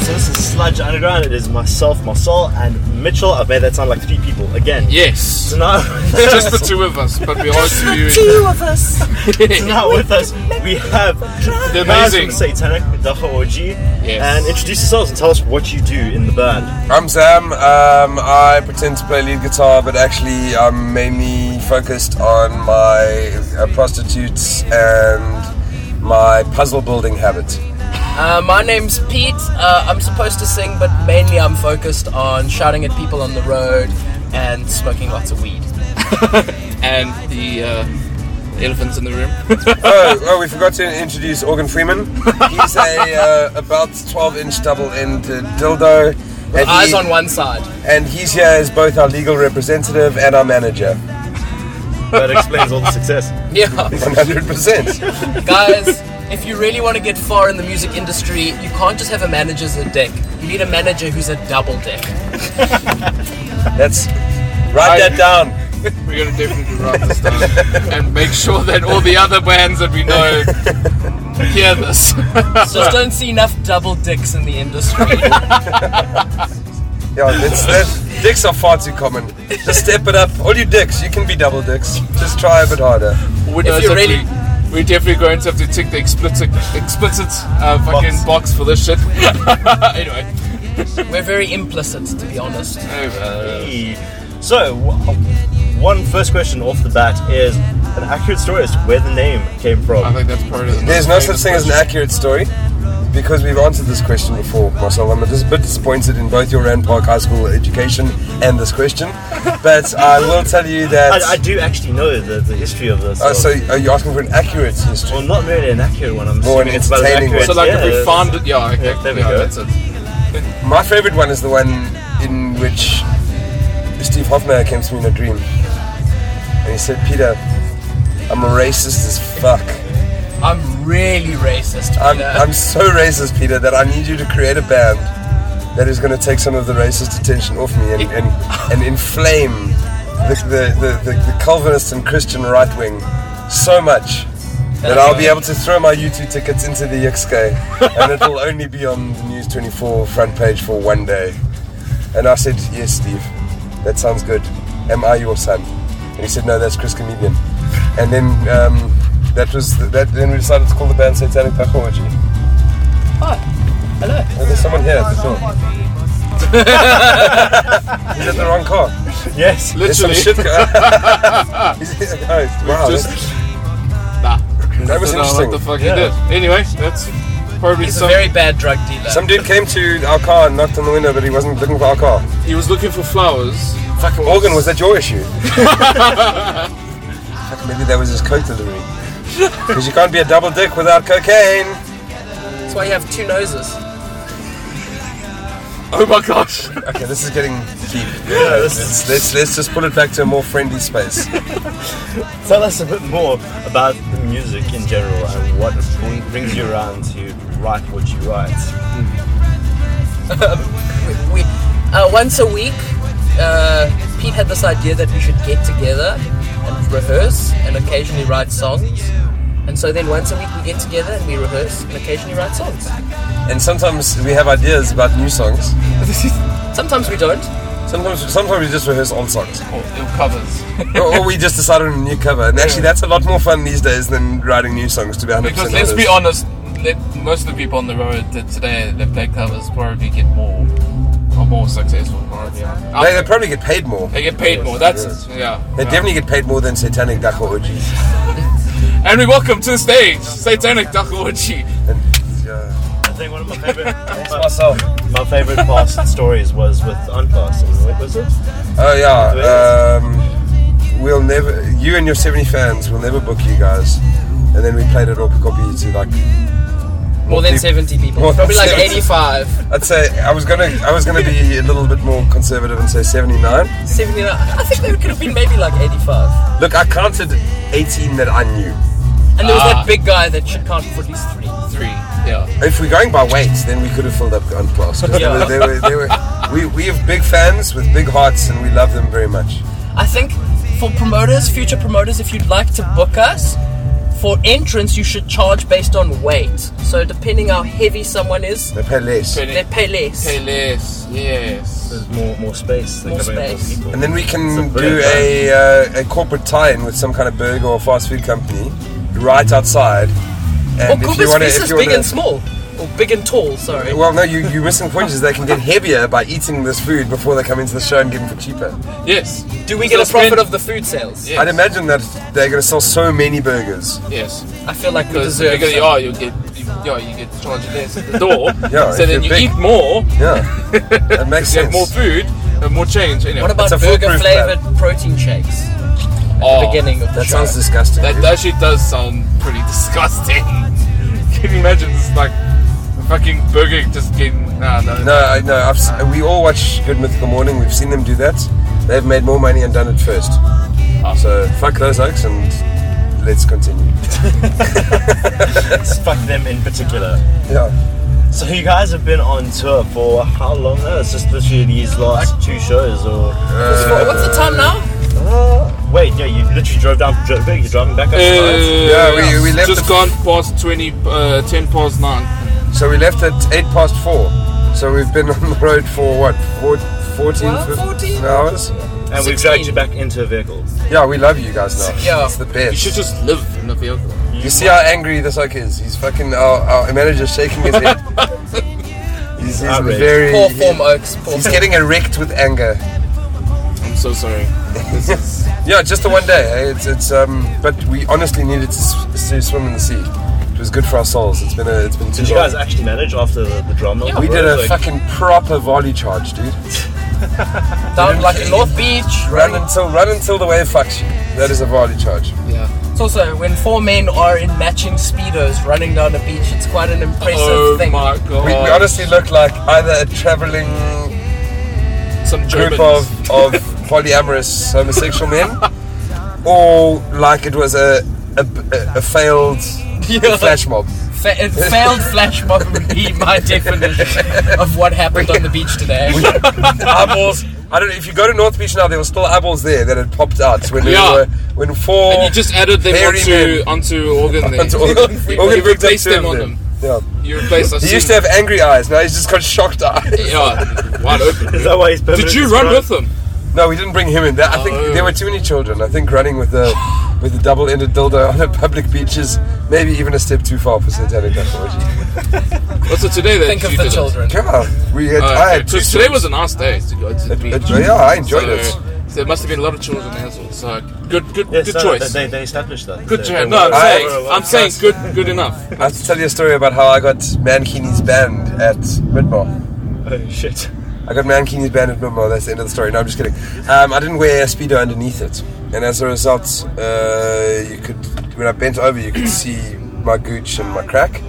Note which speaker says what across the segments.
Speaker 1: Sludge Underground. It is myself, Marcel, and Mitchell. I made that sound like three people again.
Speaker 2: Yes.
Speaker 1: So now,
Speaker 2: It's just the two of us, but we are interviewing.
Speaker 3: Two of us.
Speaker 1: so now with us, we have
Speaker 2: The
Speaker 1: guys from
Speaker 2: amazing.
Speaker 1: Satanic Dacha OG.
Speaker 2: Yes.
Speaker 1: And introduce yourselves and tell us what you do in the band.
Speaker 4: I'm Sam. Um, I pretend to play lead guitar, but actually, I'm mainly focused on my uh, prostitutes and my puzzle building habit.
Speaker 5: Uh, my name's Pete. Uh, I'm supposed to sing, but mainly I'm focused on shouting at people on the road and smoking lots of weed.
Speaker 2: and the uh, elephants in the room.
Speaker 4: Oh, oh we forgot to introduce Organ Freeman. He's a uh, about 12 inch double ended dildo. And,
Speaker 5: Eyes
Speaker 4: he-
Speaker 5: on one side.
Speaker 4: and he's here as both our legal representative and our manager.
Speaker 1: That explains all the success.
Speaker 5: Yeah.
Speaker 4: 100%.
Speaker 5: Guys, if you really want to get far in the music industry, you can't just have a manager as a dick. You need a manager who's a double dick.
Speaker 4: That's. Write that down.
Speaker 2: We're gonna definitely write this down and make sure that all the other bands that we know hear this.
Speaker 5: Just don't see enough double dicks in the industry.
Speaker 4: Yeah, that's, that, dicks are far too common. Just step it up. All you dicks, you can be double dicks. Just try a bit harder.
Speaker 2: Who knows
Speaker 5: you're
Speaker 2: if
Speaker 5: really-
Speaker 2: we- We're definitely going to have to tick the explicit, explicit uh, fucking box. for this shit. anyway,
Speaker 5: We're very implicit, to be honest.
Speaker 2: uh,
Speaker 1: So, w- one first question off the bat is an accurate story as to where the name came
Speaker 2: I
Speaker 1: from.
Speaker 2: think that's part of the.
Speaker 4: There's no such thing as an accurate story because we've answered this question before, Marcel. I'm a dis- bit disappointed in both your Rand Park High School education and this question, but I will tell you
Speaker 1: I, I
Speaker 4: that.
Speaker 1: do actually know the, the history of this.
Speaker 4: Oh, so are you asking for an accurate history?
Speaker 1: well, not really an accurate one. I'm
Speaker 4: More
Speaker 1: assuming
Speaker 4: an
Speaker 1: it's about as
Speaker 4: entertaining
Speaker 1: accurate.
Speaker 2: So like
Speaker 1: yeah,
Speaker 2: if we found it, yeah, okay,
Speaker 1: Yeah, there we
Speaker 2: yeah,
Speaker 1: go.
Speaker 2: that's it.
Speaker 4: My favorite one is the one in which Steve Hoffmeyer came to me in a dream, and he said, "Peter, I'm a racist as fuck."
Speaker 5: I'm really racist.
Speaker 4: I'm,
Speaker 5: Peter.
Speaker 4: I'm so racist, Peter, that I need you to create a band that is going to take some of the racist attention off me and, and, and inflame the, the, the, the, the Calvinist and Christian right wing so much that I'll be able to throw my U2 tickets into the Yixke and it will only be on the News 24 front page for one day. And I said, Yes, Steve, that sounds good. Am I your son? And he said, No, that's Chris Comedian. And then um, that was the, that. Then we decided to call the band Satanic Pathology.
Speaker 5: Hi. Hello.
Speaker 4: Oh, there's someone here at the door. He's at the wrong car.
Speaker 1: Yes.
Speaker 4: There's some
Speaker 2: Literally,
Speaker 4: shit. go- He's- oh, wow,
Speaker 2: just-
Speaker 4: that's-
Speaker 2: nah.
Speaker 4: that was
Speaker 2: I don't know
Speaker 4: interesting.
Speaker 2: What the fuck
Speaker 1: Yeah.
Speaker 2: he did. Anyway, that's probably
Speaker 5: He's a
Speaker 2: some.
Speaker 5: very bad drug dealer.
Speaker 4: Some dude came to our car and knocked on the window, but he wasn't looking for our car.
Speaker 2: He was looking for flowers.
Speaker 4: Fucking Organ, was that your issue? Fuck, maybe that was his coke delivery. Because you can't be a double dick without cocaine.
Speaker 5: That's why you have two noses.
Speaker 2: Oh my gosh!
Speaker 4: Okay, this is getting deep.
Speaker 1: Yeah, this is-
Speaker 4: Let's, let's, let's just pull it back to a more friendly space.
Speaker 1: Tell us a bit more about the music in general and what bring- brings you around to write what you write.
Speaker 5: We, uh, once a week, uh, Pete had this idea that we should get together and rehearse and occasionally write songs. And so then once a week we get together and we rehearse and occasionally write songs.
Speaker 4: And sometimes we have ideas about new songs.
Speaker 5: Sometimes we don't.
Speaker 4: Sometimes sometimes we just rehearse old songs.
Speaker 2: Oh, it covers.
Speaker 4: or, or we just decide on a new cover. And actually, that's a lot more fun these days than writing new songs, to be 100%
Speaker 2: Because let's be
Speaker 4: honest.
Speaker 2: honest, let, most of the people on the road that today that play covers probably get more are more successful. Probably, yeah.
Speaker 4: They, they probably get paid more.
Speaker 2: They get paid more. That's it. Yeah.
Speaker 4: They
Speaker 2: yeah.
Speaker 4: definitely get paid more than Satanic Duck or Orgies.
Speaker 2: And we welcome to the stage Satanic Dakoichi.
Speaker 4: And, yeah.
Speaker 1: I think one of my favorite,
Speaker 4: Myself.
Speaker 1: my favorite past stories was with Unclass. and What was it?
Speaker 4: Oh
Speaker 1: Where
Speaker 4: yeah. Um, we'll never. You and your seventy fans will never book you guys. And then we played it all copy to like.
Speaker 5: More than
Speaker 4: peop-
Speaker 5: 70 people.
Speaker 4: More than
Speaker 5: Probably like
Speaker 4: 70.
Speaker 5: 85.
Speaker 4: I'd say I was gonna. I was gonna be a little bit more conservative and say seventy nine.
Speaker 5: 79. I think there could have been maybe like 85.
Speaker 4: Look, I counted eighteen that I knew.
Speaker 5: And there was
Speaker 2: Ah.
Speaker 5: that big guy that should count for at least three.
Speaker 2: Three. Yeah.
Speaker 4: If we're going by weight, then we could have filled up the unclass. 'cause
Speaker 5: Yeah.
Speaker 4: They were, they were, they were, we, we have big fans with big hearts, and we love them very much.
Speaker 5: I think for promoters, future promoters, if you'd like to book us, for entrance, you should charge based on weight. So depending how heavy someone is,
Speaker 4: They pay less.
Speaker 2: Pay-
Speaker 5: they pay less.
Speaker 2: Pay less, yes.
Speaker 1: There's more more space. They're
Speaker 5: More
Speaker 1: covering up
Speaker 5: space.
Speaker 1: people.
Speaker 4: And then we
Speaker 1: It's
Speaker 4: can
Speaker 1: a
Speaker 4: do
Speaker 1: brilliant
Speaker 4: a, uh, a corporate tie-in with some kind of burger or fast food company right outside.
Speaker 5: Or
Speaker 4: And if you
Speaker 5: Cooper's
Speaker 4: want to,
Speaker 5: piece
Speaker 4: if
Speaker 5: is
Speaker 4: you
Speaker 5: big
Speaker 4: want
Speaker 5: and
Speaker 4: to,
Speaker 5: small, or big and tall. Sorry.
Speaker 4: well, no, you you missing the point is they can get heavier by eating this food before they come into the show and get it for cheaper.
Speaker 2: Yes.
Speaker 5: Do we get a
Speaker 2: So spend-
Speaker 5: profit of the food sales?
Speaker 2: Yeah.
Speaker 4: I'd imagine that they're going to sell so many burgers.
Speaker 2: Yes.
Speaker 5: I feel like we
Speaker 2: Because the
Speaker 5: deserve.
Speaker 2: bigger you
Speaker 5: some.
Speaker 2: are, you get you, yeah, you get charged less at the door.
Speaker 4: Yeah,
Speaker 2: so
Speaker 4: if
Speaker 2: then you
Speaker 4: you're big.
Speaker 2: eat more,
Speaker 4: Yeah, that makes
Speaker 2: you have
Speaker 4: sense.
Speaker 2: more food, and more change. Anyway.
Speaker 5: What about
Speaker 4: It's a
Speaker 5: burger
Speaker 4: foolproof
Speaker 5: flavored protein shakes?
Speaker 2: Oh,
Speaker 5: Beginning of the
Speaker 4: That
Speaker 5: show.
Speaker 4: sounds disgusting.
Speaker 2: That actually does sound pretty disgusting. Can you imagine this like a fucking burger just getting nah, no
Speaker 4: no, I, no. I've, s- we all watch Good Mythical Morning. We've seen them do that. They've made more money and done it first. So fuck those oaks and let's continue.
Speaker 1: Fuck them in particular.
Speaker 4: Yeah.
Speaker 1: So you guys have been on tour for how long now? It's just literally these last two shows, or
Speaker 4: Uh,
Speaker 5: What's the time now?
Speaker 1: Uh, wait, yeah, you literally drove down from Joburg. You're driving back up tonight.
Speaker 4: Yeah, we- we left
Speaker 2: Uh, just
Speaker 4: the-
Speaker 2: gone past 20, uh, 10 past 9.
Speaker 4: So we left at 8 past 4. So we've been on the road for what, four, 14,
Speaker 5: Well,
Speaker 4: 15
Speaker 5: 14.
Speaker 4: hours?
Speaker 1: and we've
Speaker 5: 16.
Speaker 1: dragged you back into a vehicle.
Speaker 4: Yeah, we love you guys now.
Speaker 5: Yeah.
Speaker 4: It's the
Speaker 2: You
Speaker 4: best. You,
Speaker 2: should just live in the vehicle.
Speaker 4: see how angry this oak is. He's fucking, our, our manager's shaking his head. he's he's
Speaker 1: Outraged.
Speaker 4: very.
Speaker 5: Poor form oaks. Poor
Speaker 4: He's
Speaker 5: form.
Speaker 4: getting erect with anger.
Speaker 2: I'm so sorry. This is,
Speaker 4: Yeah, just the one day. eh? It's, it's um, but we honestly needed to, s- to swim in the sea. It was good for our souls. It's been a, it's been too
Speaker 1: Did you
Speaker 4: long.
Speaker 1: guys actually manage after the, the drama?
Speaker 4: we did a fucking proper volley charge, dude.
Speaker 5: Down like in North Beach.
Speaker 4: Run until run until the wave fucks you. That is a volley charge.
Speaker 2: yeah.
Speaker 5: It's also when four men are in matching speedos running down a beach. It's quite an impressive
Speaker 2: oh
Speaker 5: thing.
Speaker 2: my god.
Speaker 4: We, we honestly look like either a traveling
Speaker 2: Some
Speaker 4: group
Speaker 2: Germans.
Speaker 4: of, of polyamorous homosexual men, or like it was a a, a- a failed
Speaker 5: Yeah.
Speaker 4: flash mob.
Speaker 5: Fa- a failed flash mob would be my definition of what happened on the beach today.
Speaker 4: Eyeballs. I don't know if you go to North Beach now. There were still eyeballs there that had popped out when
Speaker 2: Yeah.
Speaker 4: we were when four.
Speaker 2: And you just added them
Speaker 4: Very
Speaker 2: onto, onto Organ there.
Speaker 4: Uh, onto
Speaker 2: You-
Speaker 4: Organ-
Speaker 2: you,
Speaker 4: Organ picked up
Speaker 2: replaced
Speaker 4: two
Speaker 2: them
Speaker 4: of
Speaker 2: on them.
Speaker 4: Yeah.
Speaker 2: You replaced us.
Speaker 4: He used to have angry eyes. Now he's just got shocked eyes.
Speaker 2: Yeah, wide open.
Speaker 1: Is that why he's
Speaker 2: Did you run with them?
Speaker 4: No, we didn't bring him in. That, I think
Speaker 2: Oh.
Speaker 4: there were too many children. I think running with a with a double-ended dildo on a public beach is maybe even a step too far for satanic mythology.
Speaker 2: What's it today that
Speaker 5: Think
Speaker 2: you
Speaker 5: of the
Speaker 2: did it?
Speaker 5: children.
Speaker 4: Yeah, we had.
Speaker 2: Oh,
Speaker 4: I
Speaker 2: okay.
Speaker 4: had
Speaker 2: So
Speaker 4: two.
Speaker 2: today was a nice day to go to the beach.
Speaker 4: it- yeah, I enjoyed
Speaker 2: so,
Speaker 4: it.
Speaker 2: So there must have been a lot of children there as well. So good, good,
Speaker 1: Yes,
Speaker 2: good
Speaker 1: no,
Speaker 2: choice.
Speaker 1: They, they established that.
Speaker 2: good
Speaker 1: They-
Speaker 2: choice.
Speaker 1: they
Speaker 2: No, I'm
Speaker 1: were-
Speaker 2: saying,
Speaker 1: were- were-
Speaker 2: I'm saying, good, good enough.
Speaker 4: I have to tell you a story about how I got Mankini's band at Midbar.
Speaker 1: Oh, shit.
Speaker 4: I got Mankini's band at Midbar. That's the end of the story. No, I'm just kidding. Um, I didn't wear a speedo underneath it, and as a result, uh, you could when I bent over, you could see my gooch and my crack.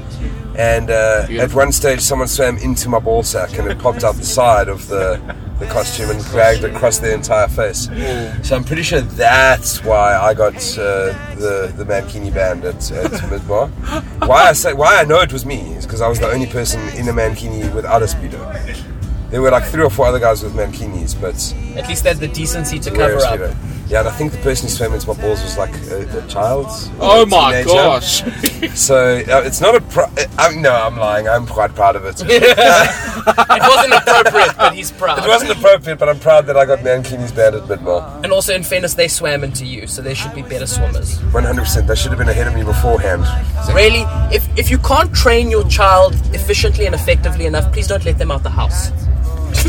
Speaker 4: And uh, at
Speaker 2: Beautiful.
Speaker 4: one stage, someone swam into my ball sack, and it popped out the side of the, the costume and dragged across their entire face. So I'm pretty sure that's why I got uh, the the mankini band at, at Midbar. Why I say why I know it was me is because I was the only person in a mankini without a speedo. There were like three or four other guys with mankinis, but
Speaker 5: At least they had the decency to
Speaker 4: wear a
Speaker 5: cover up.
Speaker 4: speedo. Yeah, and I think the person who swam into my balls was like a, a child.
Speaker 2: Oh
Speaker 4: a
Speaker 2: my
Speaker 4: teenager.
Speaker 2: gosh!
Speaker 4: So uh, it's not a. Pro- I'm, no, I'm lying. I'm quite proud of it. It
Speaker 5: it wasn't appropriate, but he's proud.
Speaker 4: wasn't appropriate, but I'm proud that I got mankini's band at Midbar.
Speaker 5: And also, in fairness, they swam into you, so they should be better swimmers.
Speaker 4: 100%. They should have been ahead of me beforehand.
Speaker 5: Really, if, if you can't train your child efficiently and effectively enough, please don't let them out the house.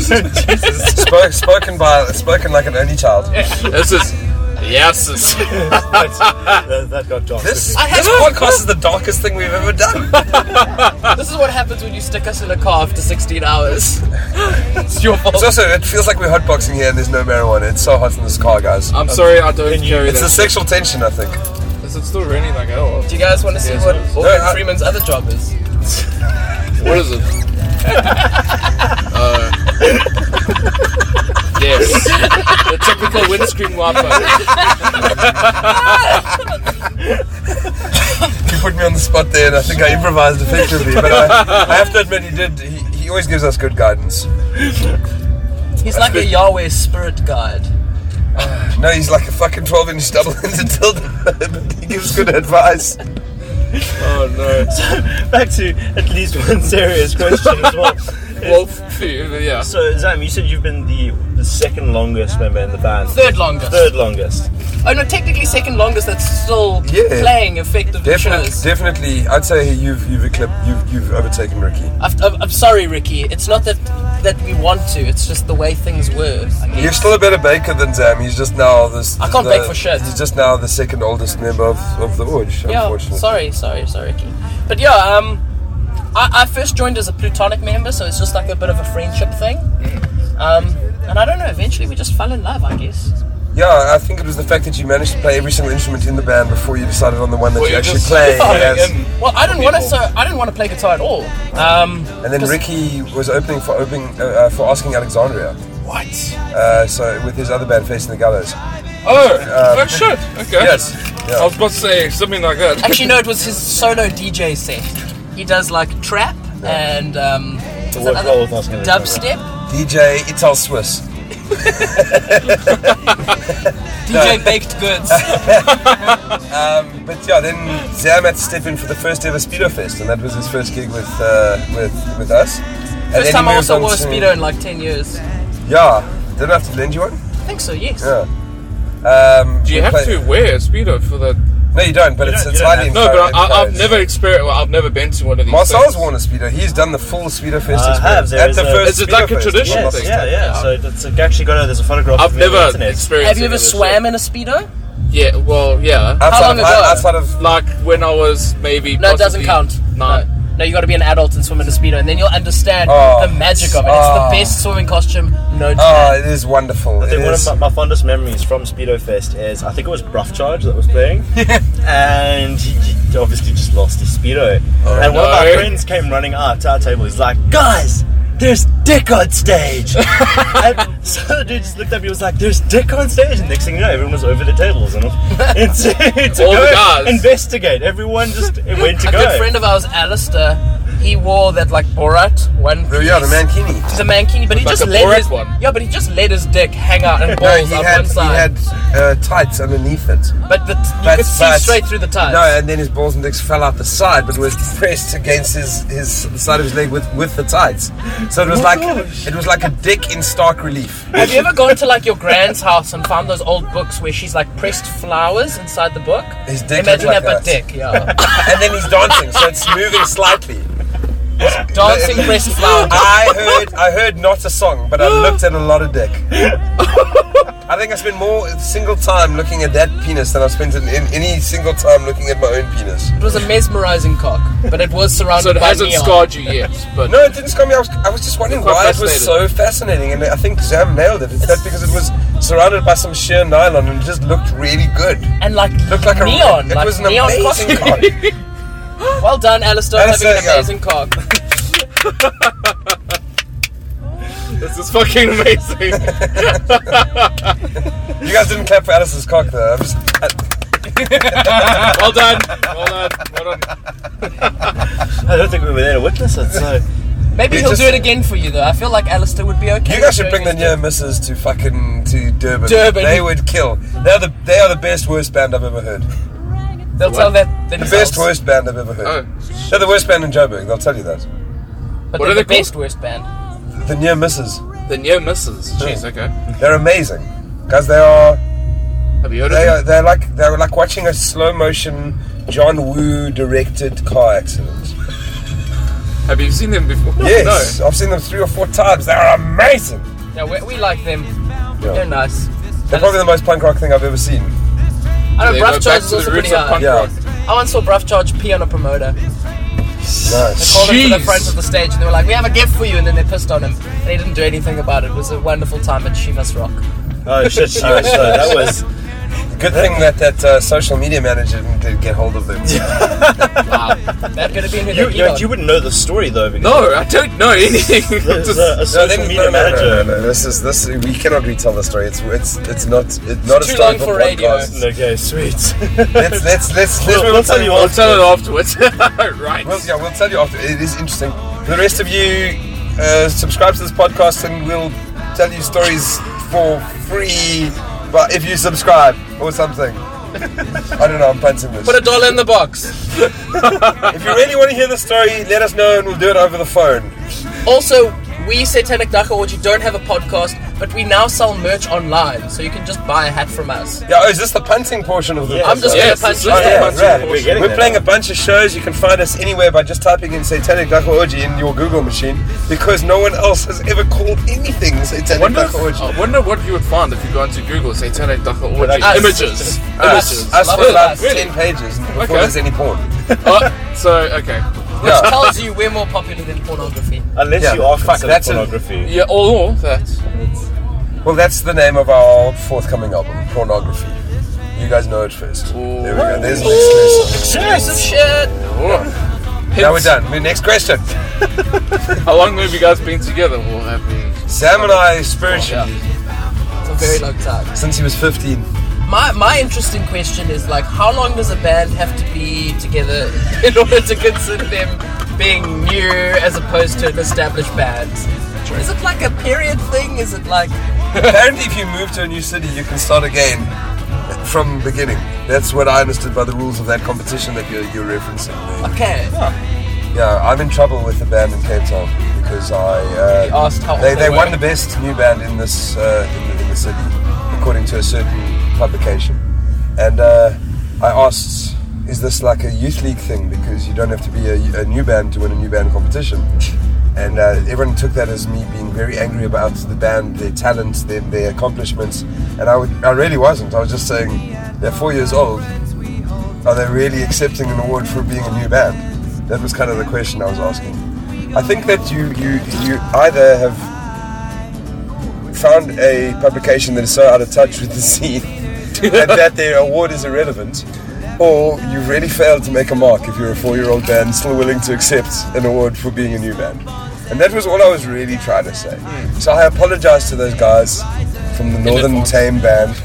Speaker 4: Spoke, spoken by spoken like an only child.
Speaker 2: this is yes. It's,
Speaker 1: that, that got dark.
Speaker 4: This,
Speaker 5: I
Speaker 4: this
Speaker 5: haven't-
Speaker 4: podcast is the darkest thing we've ever done.
Speaker 5: This is what happens when you stick us in a car after 16 hours. it's your fault.
Speaker 4: It's also it feels like we're hotboxing here and there's no marijuana. It's so hot in this car, guys.
Speaker 2: I'm sorry, I don't
Speaker 1: Can you-
Speaker 2: carry
Speaker 4: It's the
Speaker 2: that.
Speaker 4: sexual tension, I think.
Speaker 2: Is it still raining like hell?
Speaker 5: Do you guys want to see
Speaker 2: Yes,
Speaker 5: what
Speaker 2: yes.
Speaker 5: Morgan
Speaker 4: No, I-
Speaker 5: Freeman's other job is?
Speaker 2: What is it? uh, yes, the typical windscreen wiper.
Speaker 4: You put me on the spot there, and I think I improvised effectively. But I, I have to admit, he did. He, he always gives us good guidance.
Speaker 5: He's like a Yahweh spirit guide.
Speaker 4: No, he's like a fucking 12 inch stubble into Tilden. he gives good advice.
Speaker 2: Oh no.
Speaker 1: Back to at least one serious question as well.
Speaker 2: Wolf, yeah.
Speaker 1: So, Zam, you said you've been the, the second longest member in the band.
Speaker 5: Third longest.
Speaker 1: Third longest.
Speaker 5: Oh no, technically second longest. That's still
Speaker 4: Yeah.
Speaker 5: playing effective
Speaker 4: Definitely,
Speaker 5: shows.
Speaker 4: definitely. I'd say you've you've eclipsed, you've you've overtaken Ricky.
Speaker 5: I've, I'm, I'm sorry, Ricky. It's not that that we want to. It's just the way things were. I guess.
Speaker 4: You're still a better baker than Zam. He's just now this.
Speaker 5: I can't
Speaker 4: the-
Speaker 5: bake for shit.
Speaker 4: He's just now the second oldest member of, of the Orge,
Speaker 5: Yeah,
Speaker 4: unfortunately.
Speaker 5: sorry, sorry, sorry, Ricky. But yeah, um, I, I first joined as a plutonic member, so it's just like a bit of a friendship thing. Um, and I don't know. Eventually, we just fell in love, I guess.
Speaker 4: Yeah, I think it was the fact that you managed to play every single instrument in the band before you decided on the one that
Speaker 2: Well,
Speaker 4: you
Speaker 2: you're
Speaker 4: actually
Speaker 2: just
Speaker 4: play.
Speaker 2: filling
Speaker 4: yes.
Speaker 2: in
Speaker 5: Well, I didn't want to.
Speaker 2: people.
Speaker 5: So I didn't want to play guitar at all. Um,
Speaker 4: And then
Speaker 5: 'cause-
Speaker 4: Ricky was opening for opening uh, uh, for asking Alexandria.
Speaker 2: What?
Speaker 4: Uh, so with his other band facing the gallows.
Speaker 2: Oh, oh shit. Okay.
Speaker 4: yes, yeah.
Speaker 2: I was about to say something like that.
Speaker 5: Actually, no, it was his solo DJ set. He does like trap and um, what's that
Speaker 1: what
Speaker 5: other-
Speaker 1: role was gonna
Speaker 5: dubstep.
Speaker 4: DJ Ital Swiss.
Speaker 5: DJ Baked Goods.
Speaker 4: But yeah, then Zam had to step in for the first ever Speedo Fest, and that was his first gig with uh, with with us. And then he
Speaker 5: First time I
Speaker 4: moved
Speaker 5: also
Speaker 4: on
Speaker 5: wore a
Speaker 4: to-
Speaker 5: Speedo in like 10 years. I
Speaker 4: Yeah, didn't I have to lend you one.
Speaker 5: think so, yes.
Speaker 4: Yeah. Um,
Speaker 2: Do you
Speaker 4: we
Speaker 2: have
Speaker 4: play-
Speaker 2: to wear a speedo for the?
Speaker 4: No, you don't. But
Speaker 1: You
Speaker 4: it's
Speaker 1: don't-
Speaker 4: it's
Speaker 1: you don't
Speaker 4: highly
Speaker 1: have
Speaker 2: No, but
Speaker 4: encouraged.
Speaker 2: I, I, I've never experienced. Well, I've never been to one of these.
Speaker 4: Marcel's
Speaker 2: things.
Speaker 4: worn a speedo. He's done the full Speedo Fest
Speaker 1: I
Speaker 4: experience
Speaker 1: have, there
Speaker 4: at
Speaker 1: is
Speaker 4: the
Speaker 1: a-
Speaker 4: first.
Speaker 2: Is it
Speaker 4: Speedo
Speaker 2: like a
Speaker 4: Fest,
Speaker 2: traditional
Speaker 4: if
Speaker 1: Yes,
Speaker 4: I'm
Speaker 2: thing?
Speaker 4: not
Speaker 1: yeah,
Speaker 4: mistaken.
Speaker 1: yeah. So that's I actually got a, there's a photograph.
Speaker 2: I've
Speaker 1: of me on the
Speaker 2: never
Speaker 1: internet.
Speaker 2: experienced.
Speaker 5: Have you
Speaker 2: any
Speaker 5: ever
Speaker 2: of this
Speaker 5: swam
Speaker 2: shit.
Speaker 5: in a Speedo?
Speaker 2: Yeah. Well, yeah.
Speaker 4: Outside of,
Speaker 5: long ago?
Speaker 4: Outside of
Speaker 2: like when I was maybe.
Speaker 5: No, it doesn't
Speaker 2: possibly
Speaker 5: count.
Speaker 2: Nine.
Speaker 5: No. No, you gotta be an adult and swim in a Speedo, and then you'll understand
Speaker 4: Oh,
Speaker 5: the magic of it. It's
Speaker 4: oh.
Speaker 5: the best swimming costume known to
Speaker 4: oh,
Speaker 5: man.
Speaker 4: it is wonderful.
Speaker 1: I
Speaker 4: It
Speaker 1: think one of
Speaker 4: is.
Speaker 1: my, my fondest memories from Speedo Fest is I think it was Bruff Charge that was playing, and he, he obviously just lost his Speedo. and one of
Speaker 2: Oh, no.
Speaker 1: our friends came running out to our table. He's like, "Guys, there's dick on stage!" and so the dude just looked up. He was like, "There's dick on stage!" And next thing you know, everyone was over the tables and it's to
Speaker 2: All the
Speaker 1: go
Speaker 2: guys.
Speaker 1: investigate. Everyone just went to
Speaker 5: A good
Speaker 1: go.
Speaker 5: friend of ours, Alistair, he wore that like Borat one.
Speaker 4: yeah, the
Speaker 5: piece.
Speaker 4: mankini.
Speaker 5: The mankini, but he
Speaker 2: Like
Speaker 5: just
Speaker 2: a
Speaker 5: let
Speaker 2: Borat
Speaker 5: his
Speaker 2: one.
Speaker 5: yeah, but he just let his dick hang out and
Speaker 4: No,
Speaker 5: balls
Speaker 4: he
Speaker 5: up
Speaker 4: had
Speaker 5: one
Speaker 4: he
Speaker 5: side.
Speaker 4: had uh, tights underneath it.
Speaker 5: but the, you
Speaker 4: But-
Speaker 5: could see
Speaker 4: but-
Speaker 5: straight through the ties.
Speaker 4: No, and then his balls and dicks fell out the side, but was pressed against his, his the side of his leg with, with the tights. So
Speaker 5: Oh
Speaker 4: it was like it was like a dick in stark relief.
Speaker 5: Have you ever gone to like your grand's house and found those old books where she's like pressed flowers inside the book?
Speaker 4: His dick
Speaker 5: Imagine
Speaker 4: looked
Speaker 5: that,
Speaker 4: like
Speaker 5: but
Speaker 4: that.
Speaker 5: dick, yeah.
Speaker 4: And then he's dancing, so it's moving slightly.
Speaker 5: Dancing pressed flower.
Speaker 4: I heard I heard not a song, but I looked at a lot of dick. I think I spent more single time looking at that penis than I've spent in, in any single time looking at my own penis.
Speaker 5: It was a mesmerizing cock, but it was surrounded
Speaker 2: So it
Speaker 5: by
Speaker 2: hasn't
Speaker 5: neon.
Speaker 2: scarred you yet, but
Speaker 4: No, it didn't scare me. I was, I was just wondering
Speaker 2: You're quite
Speaker 4: why it was so
Speaker 2: fascinated.
Speaker 4: fascinating, and I think Zam nailed it. It's that because it was surrounded by some sheer nylon and it just looked really good.
Speaker 5: And like
Speaker 4: Looked like
Speaker 5: neon,
Speaker 4: a it
Speaker 5: like
Speaker 4: was an
Speaker 5: neon
Speaker 4: amazing
Speaker 5: costume.
Speaker 4: cock.
Speaker 5: Well done, Alistair,
Speaker 4: Alistair,
Speaker 5: having
Speaker 4: yeah.
Speaker 5: an amazing cock.
Speaker 2: this is fucking amazing.
Speaker 4: You guys didn't clap for Alice's cock though. I'm just,
Speaker 2: well done. Well done. Well done.
Speaker 1: I don't think we were there to witness it. So
Speaker 5: Maybe
Speaker 4: You
Speaker 5: he'll
Speaker 4: just-
Speaker 5: do it again for you though. I feel like Alistair would be okay.
Speaker 4: you guys
Speaker 5: with
Speaker 4: should bring
Speaker 5: doing
Speaker 4: the
Speaker 5: his
Speaker 4: near misses to fucking to Durban.
Speaker 5: Durban.
Speaker 4: They would kill. They're the they are the best worst band I've ever heard.
Speaker 5: dick. They'll tell that
Speaker 4: The
Speaker 5: themselves.
Speaker 4: best worst band I've ever heard.
Speaker 2: Oh.
Speaker 4: They're the worst band in Joburg. They'll tell you that.
Speaker 2: What
Speaker 5: But they're
Speaker 2: are they
Speaker 5: the best worst band.
Speaker 4: The near misses.
Speaker 2: The near misses. Jeez. Okay.
Speaker 4: They're amazing, guys. They are.
Speaker 2: Have you heard of
Speaker 4: They
Speaker 2: them?
Speaker 4: are, they're like they're like watching a slow motion John Woo directed car accident.
Speaker 2: Have you seen them before?
Speaker 4: Yes, I've seen them three or four times. They are amazing.
Speaker 5: Yeah, we, we like them.
Speaker 4: Yeah.
Speaker 5: They're nice.
Speaker 4: They're probably the most punk rock thing I've ever seen.
Speaker 5: I know
Speaker 2: They
Speaker 5: Bruff
Speaker 2: go
Speaker 5: Charge
Speaker 2: back to
Speaker 5: is
Speaker 2: the
Speaker 5: also
Speaker 2: roots
Speaker 5: pretty
Speaker 2: of
Speaker 5: hard.
Speaker 2: punk
Speaker 4: Yeah,
Speaker 5: I once saw Bruff Charge pee on a promoter.
Speaker 4: nice.
Speaker 5: called him to the
Speaker 2: Jeez.
Speaker 5: front of the stage and they were like, We have a gift for you and then they pissed on him and he didn't do anything about it. It was a wonderful time at Shivas Rock.
Speaker 1: oh shit, she was, so that was
Speaker 4: Good thing that that uh, social media manager didn't get- get hold of them.
Speaker 5: That could have been
Speaker 1: you,
Speaker 5: who
Speaker 1: you, you wouldn't know the story though because
Speaker 2: No, I don't know anything.
Speaker 1: there's
Speaker 2: Just-
Speaker 1: a, a
Speaker 4: No,
Speaker 1: social
Speaker 4: then,
Speaker 1: media
Speaker 4: no, no, no,
Speaker 1: manager.
Speaker 4: no, no, This is this. We cannot retell the story. It's it's it's not it's not
Speaker 5: It's
Speaker 4: a
Speaker 5: too
Speaker 4: story
Speaker 5: long for radio.
Speaker 4: podcast.
Speaker 1: Okay, sweet.
Speaker 4: Let's let's let's.
Speaker 1: We'll-
Speaker 4: let's-
Speaker 1: we'll tell you
Speaker 2: I'll tell it afterwards. right.
Speaker 4: Well, yeah, we'll tell you after. It is interesting. For the rest of you, uh, subscribe to this podcast, and we'll tell you stories for free But if you subscribe or something. I don't know, I'm punting this.
Speaker 5: Put a dollar in the box.
Speaker 4: If you really want to hear the story, let us know and we'll do it over the phone.
Speaker 5: Also, we Satanic Daka Orgy don't have a podcast, but we now sell merch online, so you can just buy a hat from us.
Speaker 4: Yeah, oh, is this the punting portion of the
Speaker 1: Yeah.
Speaker 5: I'm just
Speaker 2: Yes,
Speaker 5: gonna
Speaker 2: it's
Speaker 5: punch
Speaker 2: just
Speaker 4: Oh,
Speaker 5: you.
Speaker 4: yeah,
Speaker 2: punting
Speaker 4: rad.
Speaker 2: portion.
Speaker 4: We're,
Speaker 1: We're getting there
Speaker 4: playing
Speaker 1: now.
Speaker 4: a bunch of shows. You can find us anywhere by just typing in Satanic Duck Orgy in your Google machine because no one else has ever called anything Satanic
Speaker 2: Wonder,
Speaker 4: Duck Orgy.
Speaker 2: I wonder what you would find if you go into Google, say Satanic Duck Orgy
Speaker 1: Us.
Speaker 2: images.
Speaker 4: Us,
Speaker 2: images.
Speaker 4: us
Speaker 5: Love
Speaker 4: for
Speaker 5: it.
Speaker 4: like
Speaker 2: Really?
Speaker 4: 10 pages before
Speaker 2: Okay.
Speaker 4: there's any porn.
Speaker 2: Oh, so okay.
Speaker 5: Which
Speaker 4: Yeah.
Speaker 5: tells you we're more popular than pornography.
Speaker 1: Unless
Speaker 4: Yeah.
Speaker 1: you are
Speaker 4: Fuck,
Speaker 1: considered
Speaker 4: that's a-
Speaker 1: pornography.
Speaker 2: Yeah, all all that.
Speaker 4: Well, that's the name of our forthcoming album, Pornography. You guys know it first. There we go. There's next list.
Speaker 5: Some shit.
Speaker 2: Oh.
Speaker 4: Now we're
Speaker 2: Hits.
Speaker 4: done. We're next question.
Speaker 2: How long have you guys been together? Well, have we?
Speaker 4: Sam and I, spiritually,
Speaker 5: It's a very long time.
Speaker 4: since he was 15.
Speaker 5: My, my interesting question is like, how long does a band have to be together in order to consider them being new as opposed to an established band? Is it like a period thing? Is it like
Speaker 4: Apparently, if you move to a new city, you can start again from beginning. That's what I understood by the rules of that competition that you're, you're referencing. there.
Speaker 5: okay?
Speaker 4: Yeah, I'm in trouble with the band in Cape Town because I uh,
Speaker 5: He asked how old
Speaker 4: they,
Speaker 5: they
Speaker 4: they won
Speaker 5: were.
Speaker 4: the best new band in this uh, in, the, in the city according to a certain publication, and uh, I asked. Is this like a youth league thing? Because you don't have to be a, a new band to win a new band competition. And uh, everyone took that as me being very angry about the band, their talents, their, their accomplishments. And I, would, I really wasn't. I was just saying, they're four years old are they really accepting an award for being a new band? That was kind of the question I was asking. I think that you you you either have found a publication that is so out of touch with the scene that, that their award is irrelevant, or you've really failed to make a mark if you're a four-year-old band still willing to accept an award for being a new band. And that was all I was really trying to say. So I apologize to those guys from the Northern
Speaker 2: advance.
Speaker 4: Tame Band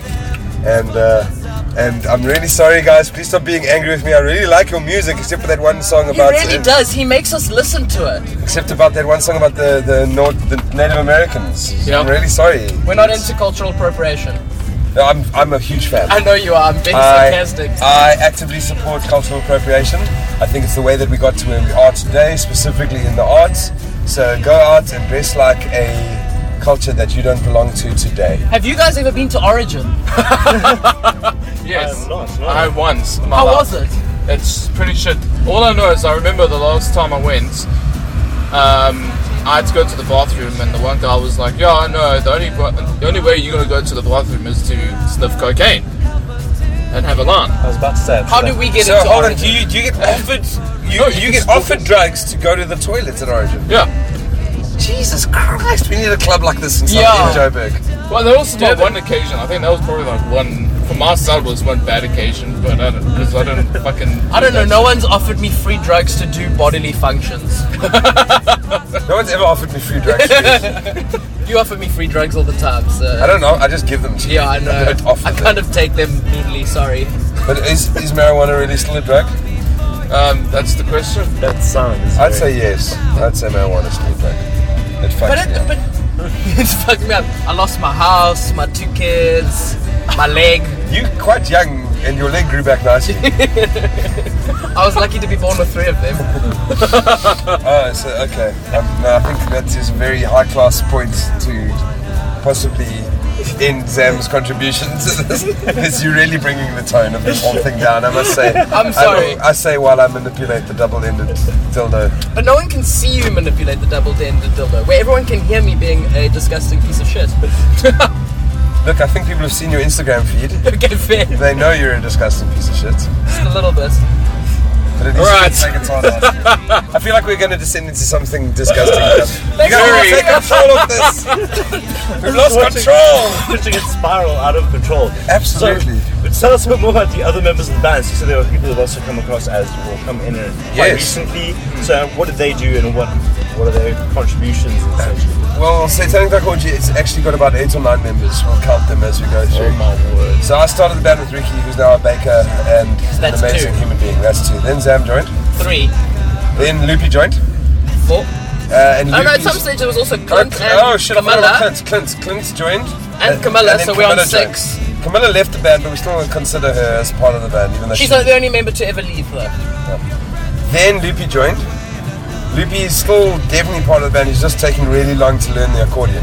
Speaker 4: and uh, and I'm really sorry, guys. Please stop being angry with me. I really like your music, except for that one song
Speaker 5: He
Speaker 4: about
Speaker 5: really
Speaker 4: uh,
Speaker 5: does. He makes us listen to it.
Speaker 4: except about that one song about the the, North, the Native Americans.
Speaker 2: Yeah.
Speaker 4: I'm really sorry.
Speaker 5: We're not into cultural appropriation.
Speaker 4: No, I'm I'm a huge fan.
Speaker 5: I know you are. I'm being sarcastic.
Speaker 4: I actively support cultural appropriation. I think it's the way that we got to where we are today, specifically in the arts. So go out and dress like a culture that you don't belong to today.
Speaker 5: Have you guys ever been to Origin?
Speaker 2: Yes.
Speaker 1: I'm not, no.
Speaker 2: I once. in my
Speaker 5: How
Speaker 2: life.
Speaker 5: was it?
Speaker 2: It's pretty shit. All I know is I remember the last time I went, um, I had to go to the bathroom, and the one guy was like, "Yeah, I know. The only wa- the only way you're gonna go to the bathroom is to sniff cocaine and have a line."
Speaker 1: I was about to say. it.
Speaker 5: How do we get
Speaker 4: So
Speaker 5: into
Speaker 4: hold on,
Speaker 5: Origin?
Speaker 4: do you, do you get offered you,
Speaker 2: No, you
Speaker 4: you
Speaker 2: can
Speaker 4: get
Speaker 2: still-
Speaker 4: offered drugs to go to the toilets at Origin?
Speaker 2: Yeah.
Speaker 4: Jesus Christ, we need a club like this in South
Speaker 5: Yeah.
Speaker 4: in Joburg.
Speaker 2: Well, there was that one occasion. I think that was probably like one. For my side, was one bad occasion, but I don't because I don't fucking.
Speaker 5: I don't know. No one's offered me free drugs to do bodily functions.
Speaker 4: No one's ever offered me free drugs. I
Speaker 5: You offer me free drugs all the time, so.
Speaker 4: don't know, I just give them to you.
Speaker 5: Yeah, I know.
Speaker 4: don't offer
Speaker 5: I
Speaker 4: them.
Speaker 5: kind of take them meanly, sorry.
Speaker 4: But is, is marijuana really still a drug?
Speaker 2: Um, that's the question.
Speaker 1: That sounds.
Speaker 4: I'd
Speaker 1: very-
Speaker 4: say yes. I'd say marijuana is still a drug. It fucks
Speaker 5: But it,
Speaker 4: me up.
Speaker 5: but it's fucked me up. I lost my house, my two kids, my leg.
Speaker 4: You quite young and your leg grew back nicely.
Speaker 5: I was lucky to be born with three of them.
Speaker 4: oh, so, okay. Um, no, I think that is a very high class point to possibly end Zam's contribution to this. Is you really bringing the tone of this whole thing down? I must say.
Speaker 5: I'm sorry.
Speaker 4: I, I say while I manipulate the double ended dildo.
Speaker 5: But no one can see you manipulate the double-ended dildo. Where everyone can hear me being a disgusting piece of shit.
Speaker 4: Look, I think people have seen your Instagram feed.
Speaker 5: okay, fair.
Speaker 4: They know you're a disgusting piece of shit.
Speaker 5: Just a little bit.
Speaker 4: But at least
Speaker 2: Right.
Speaker 4: you can take it on off. I feel like we're going to descend into something disgusting. you got
Speaker 5: Very.
Speaker 4: to take control of this. We've lost
Speaker 1: Watching-
Speaker 4: control.
Speaker 1: Watching it spiral out of control.
Speaker 4: Absolutely.
Speaker 1: So, but tell us a bit more about the other members of the band. So, there were people who've also come across as or come in and quite
Speaker 4: Yes.
Speaker 1: recently. So what did they do and what what are their contributions essentially?
Speaker 4: Well, Satanic Dark Orgy, it's actually got about eight or nine members. We'll count them as we go through.
Speaker 2: Oh my word.
Speaker 4: So I started the band with Ricky, who's now a baker and an
Speaker 5: That's
Speaker 4: amazing
Speaker 5: two.
Speaker 4: human being. That's two. Then Zam joined.
Speaker 5: Three.
Speaker 4: Then Loopy joined.
Speaker 5: Four.
Speaker 4: Uh, and
Speaker 5: Oh no, at
Speaker 4: Loopy's-
Speaker 5: some stage there was also
Speaker 4: Oh,
Speaker 5: Clint
Speaker 4: Cl-
Speaker 5: and
Speaker 4: oh shit! I forgot about
Speaker 5: Camilla.
Speaker 4: Clint, Clint, Clint joined,
Speaker 5: And
Speaker 4: Uh,
Speaker 5: Camilla,
Speaker 4: and then
Speaker 5: so we're on
Speaker 4: Camilla joined.
Speaker 5: six.
Speaker 4: Camilla left the band, but we still consider her as part of the band, even though
Speaker 5: She's
Speaker 4: she-
Speaker 5: not the only member to ever leave, though.
Speaker 4: Mm, Then Loopy joined. Loopy is still definitely part of the band. He's just taking really long to learn the accordion.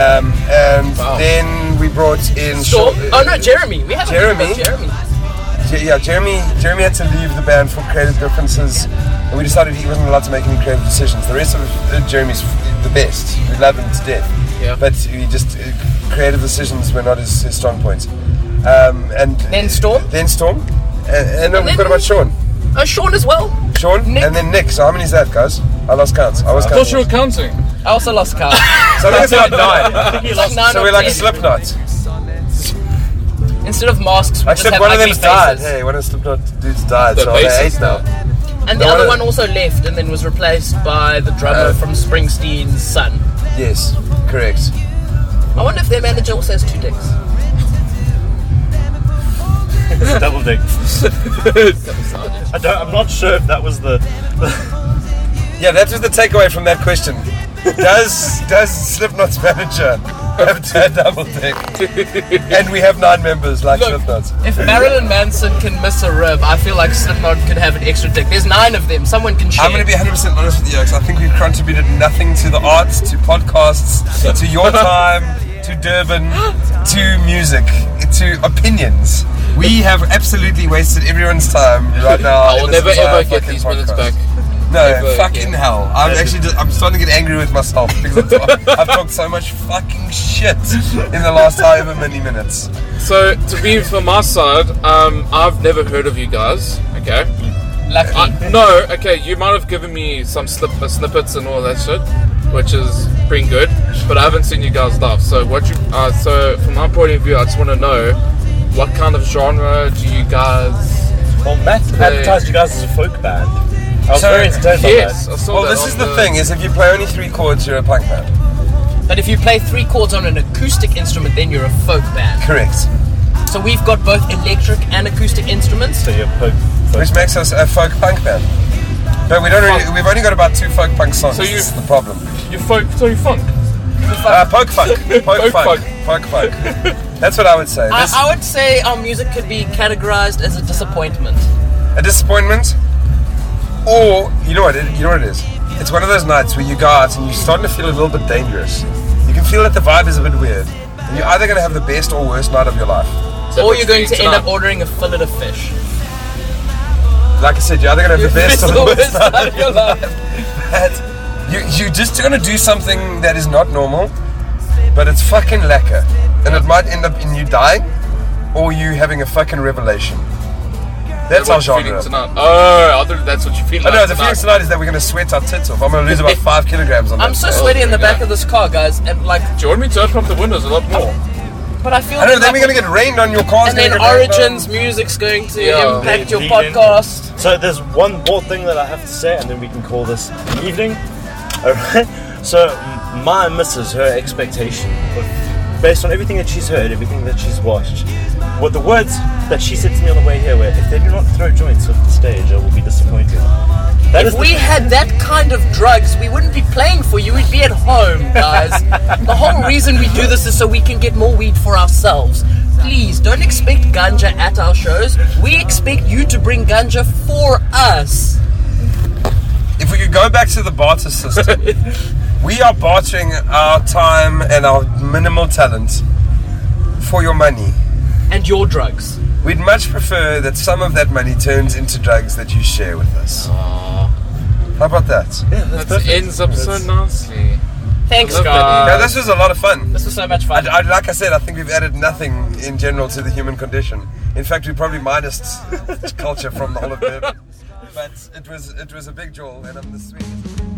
Speaker 4: Um, and
Speaker 2: Wow.
Speaker 4: then we brought in
Speaker 5: Storm?
Speaker 4: Shaw-
Speaker 5: Oh no, Jeremy. We haven't
Speaker 4: Jeremy?
Speaker 5: talked about Jeremy.
Speaker 4: Je- yeah, Jeremy. Jeremy had to leave the band for creative differences, and we decided he wasn't allowed to make any creative decisions. The rest of uh, Jeremy's f- the best. We love him to death.
Speaker 5: Yeah.
Speaker 4: But he just uh, creative decisions were not his, his strong points. Um, and
Speaker 5: Then Storm?
Speaker 4: Then Storm. And, and then
Speaker 5: And
Speaker 4: we
Speaker 5: then-
Speaker 4: got about Sean.
Speaker 5: Oh, Sean as well.
Speaker 4: Sean.
Speaker 5: Nick.
Speaker 4: And then Nick. So how many is that, guys? I lost counts. I was
Speaker 2: I thought you were
Speaker 4: counting.
Speaker 2: counting.
Speaker 5: I also lost count.
Speaker 4: So I think it's about nine.
Speaker 1: I think he
Speaker 5: It's like
Speaker 1: lost.
Speaker 5: nine
Speaker 4: So
Speaker 5: or
Speaker 4: we're like a
Speaker 5: ten.
Speaker 4: Slipknot.
Speaker 5: Instead of masks, we just
Speaker 4: Except
Speaker 5: have
Speaker 4: one of
Speaker 5: ugly
Speaker 4: them's died.
Speaker 5: faces.
Speaker 4: Hey, one of the Slipknot dudes died,
Speaker 2: The
Speaker 4: so they're
Speaker 2: bassist
Speaker 4: eight now.
Speaker 5: And the
Speaker 4: No,
Speaker 5: other
Speaker 4: one
Speaker 5: one
Speaker 4: of-
Speaker 5: also left and then was replaced by the drummer
Speaker 4: Uh,
Speaker 5: from Springsteen's son.
Speaker 4: Yes, correct.
Speaker 5: I wonder if their manager also has two dicks.
Speaker 1: It's double dick. I don't, I'm not sure if that was the.
Speaker 4: Yeah, that was the takeaway from that question. Does does Slipknot's manager have to have double dick? and we have nine members like
Speaker 5: Look.
Speaker 4: Slipknot's.
Speaker 5: If Marilyn Manson can miss a rib, I feel like Slipknot could have an extra dick. There's nine of them. Someone can share.
Speaker 4: I'm going to be 100% honest with you, because I think we've contributed nothing to the arts, to podcasts, to your time, to Durban, to music, to opinions. We have absolutely wasted everyone's time right now.
Speaker 2: I
Speaker 4: in
Speaker 2: will
Speaker 4: this
Speaker 2: never
Speaker 4: entire
Speaker 2: ever get
Speaker 4: fucking
Speaker 2: these minutes
Speaker 4: podcast.
Speaker 2: back.
Speaker 4: No,
Speaker 2: Ever
Speaker 4: fucking
Speaker 2: again.
Speaker 4: hell. I'm actually just, I'm starting to get angry with myself because I've, talked- I've talked so much fucking shit in the last however many minutes.
Speaker 2: So, to be from my side, um, I've never heard of you guys. Okay.
Speaker 5: lucky.
Speaker 2: I, no, okay, you might have given me some slip, uh, snippets and all that shit, which is pretty good, but I haven't seen you guys live. So what you, uh, so from my point of view, I just want to know what kind of genre do you guys?
Speaker 1: Well, Matt advertised you guys as a folk band. I was
Speaker 4: So-
Speaker 1: very entertained by
Speaker 2: Yes, I
Speaker 1: that.
Speaker 2: saw
Speaker 4: Well,
Speaker 2: that
Speaker 4: this
Speaker 2: on
Speaker 4: is the thing: is if you play only three chords, you're a punk band.
Speaker 5: But if you play three chords on an acoustic instrument, then you're a folk band.
Speaker 4: Correct.
Speaker 5: So we've got both electric and acoustic instruments.
Speaker 1: So you're folk. folk.
Speaker 4: which makes us a folk punk band. But we don't really, we've only got about two folk punk songs.
Speaker 2: So you-
Speaker 4: That's the problem.
Speaker 2: You folk, so you funk.
Speaker 4: Uh, folk funk, folk
Speaker 2: Folk
Speaker 4: funk, Uh,
Speaker 2: funk.
Speaker 4: folk funk. That's what I would say.
Speaker 5: I,
Speaker 4: This,
Speaker 5: I would say our music could be categorized as a disappointment.
Speaker 4: a disappointment, or you know what? It, you know what it is? It's one of those nights where you go out and you're starting to feel a little bit dangerous. You can feel that the vibe is a bit weird. And you're either going to have the best or worst night of your life.
Speaker 5: or you're going to end up ordering a fillet of fish.
Speaker 4: Like I said, you're either going to have the best or the worst night.
Speaker 5: of your life.
Speaker 4: that you you just gonna do something that is not normal, but it's fucking lacquer, and it might end up in you dying, or you having a fucking revelation. That's our
Speaker 2: That's what you're
Speaker 4: genre.
Speaker 2: feeling tonight. Oh, I thought that's what you feel
Speaker 4: I
Speaker 2: like
Speaker 4: know the
Speaker 2: tonight.
Speaker 4: feeling tonight is that we're gonna sweat our tits off. I'm gonna lose about five kilograms on
Speaker 5: I'm
Speaker 4: that.
Speaker 5: so
Speaker 4: Oh.
Speaker 5: sweaty in the back
Speaker 2: yeah.
Speaker 5: of this car, guys, and like,
Speaker 2: Do you want me to open up the windows a lot more?
Speaker 5: but I feel.
Speaker 4: I know. Then
Speaker 5: like-
Speaker 4: we're gonna get rained on your cars.
Speaker 5: And
Speaker 4: gonna
Speaker 5: then
Speaker 4: get rained
Speaker 5: Origins
Speaker 4: on.
Speaker 5: music's going to
Speaker 2: Yeah.
Speaker 5: impact your
Speaker 1: Lead in.
Speaker 5: podcast.
Speaker 1: So there's one more thing that I have to say, and then we can call this an evening. All right. So m- my misses her expectation, of, based on everything that she's heard, everything that she's watched. What the words that she said to me on the way here were, "If they do not throw joints off the stage, I will be disappointed." That is
Speaker 5: If we
Speaker 1: the,
Speaker 5: had that kind of drugs, we wouldn't be playing for you. We'd be at home, guys. the whole reason we do this is so we can get more weed for ourselves. Please don't expect ganja at our shows. We expect you to bring ganja for us.
Speaker 4: If we could go back to the barter system, we are bartering our time and our minimal talent for your money.
Speaker 5: and your drugs.
Speaker 4: We'd much prefer that some of that money turns into drugs that you share with us. How about that?
Speaker 1: yeah, that's
Speaker 2: That
Speaker 1: perfect.
Speaker 2: ends up so
Speaker 1: That's-
Speaker 2: nicely.
Speaker 5: Thanks,
Speaker 2: Love
Speaker 5: guys.
Speaker 4: now, this was a lot of fun.
Speaker 5: This was so much
Speaker 4: I,
Speaker 5: fun.
Speaker 4: I, like I said, I think we've added nothing in general to the human condition. In fact, we probably minus culture from the whole of Durban. But it was, it was a big jewel, and I'm the sweetest.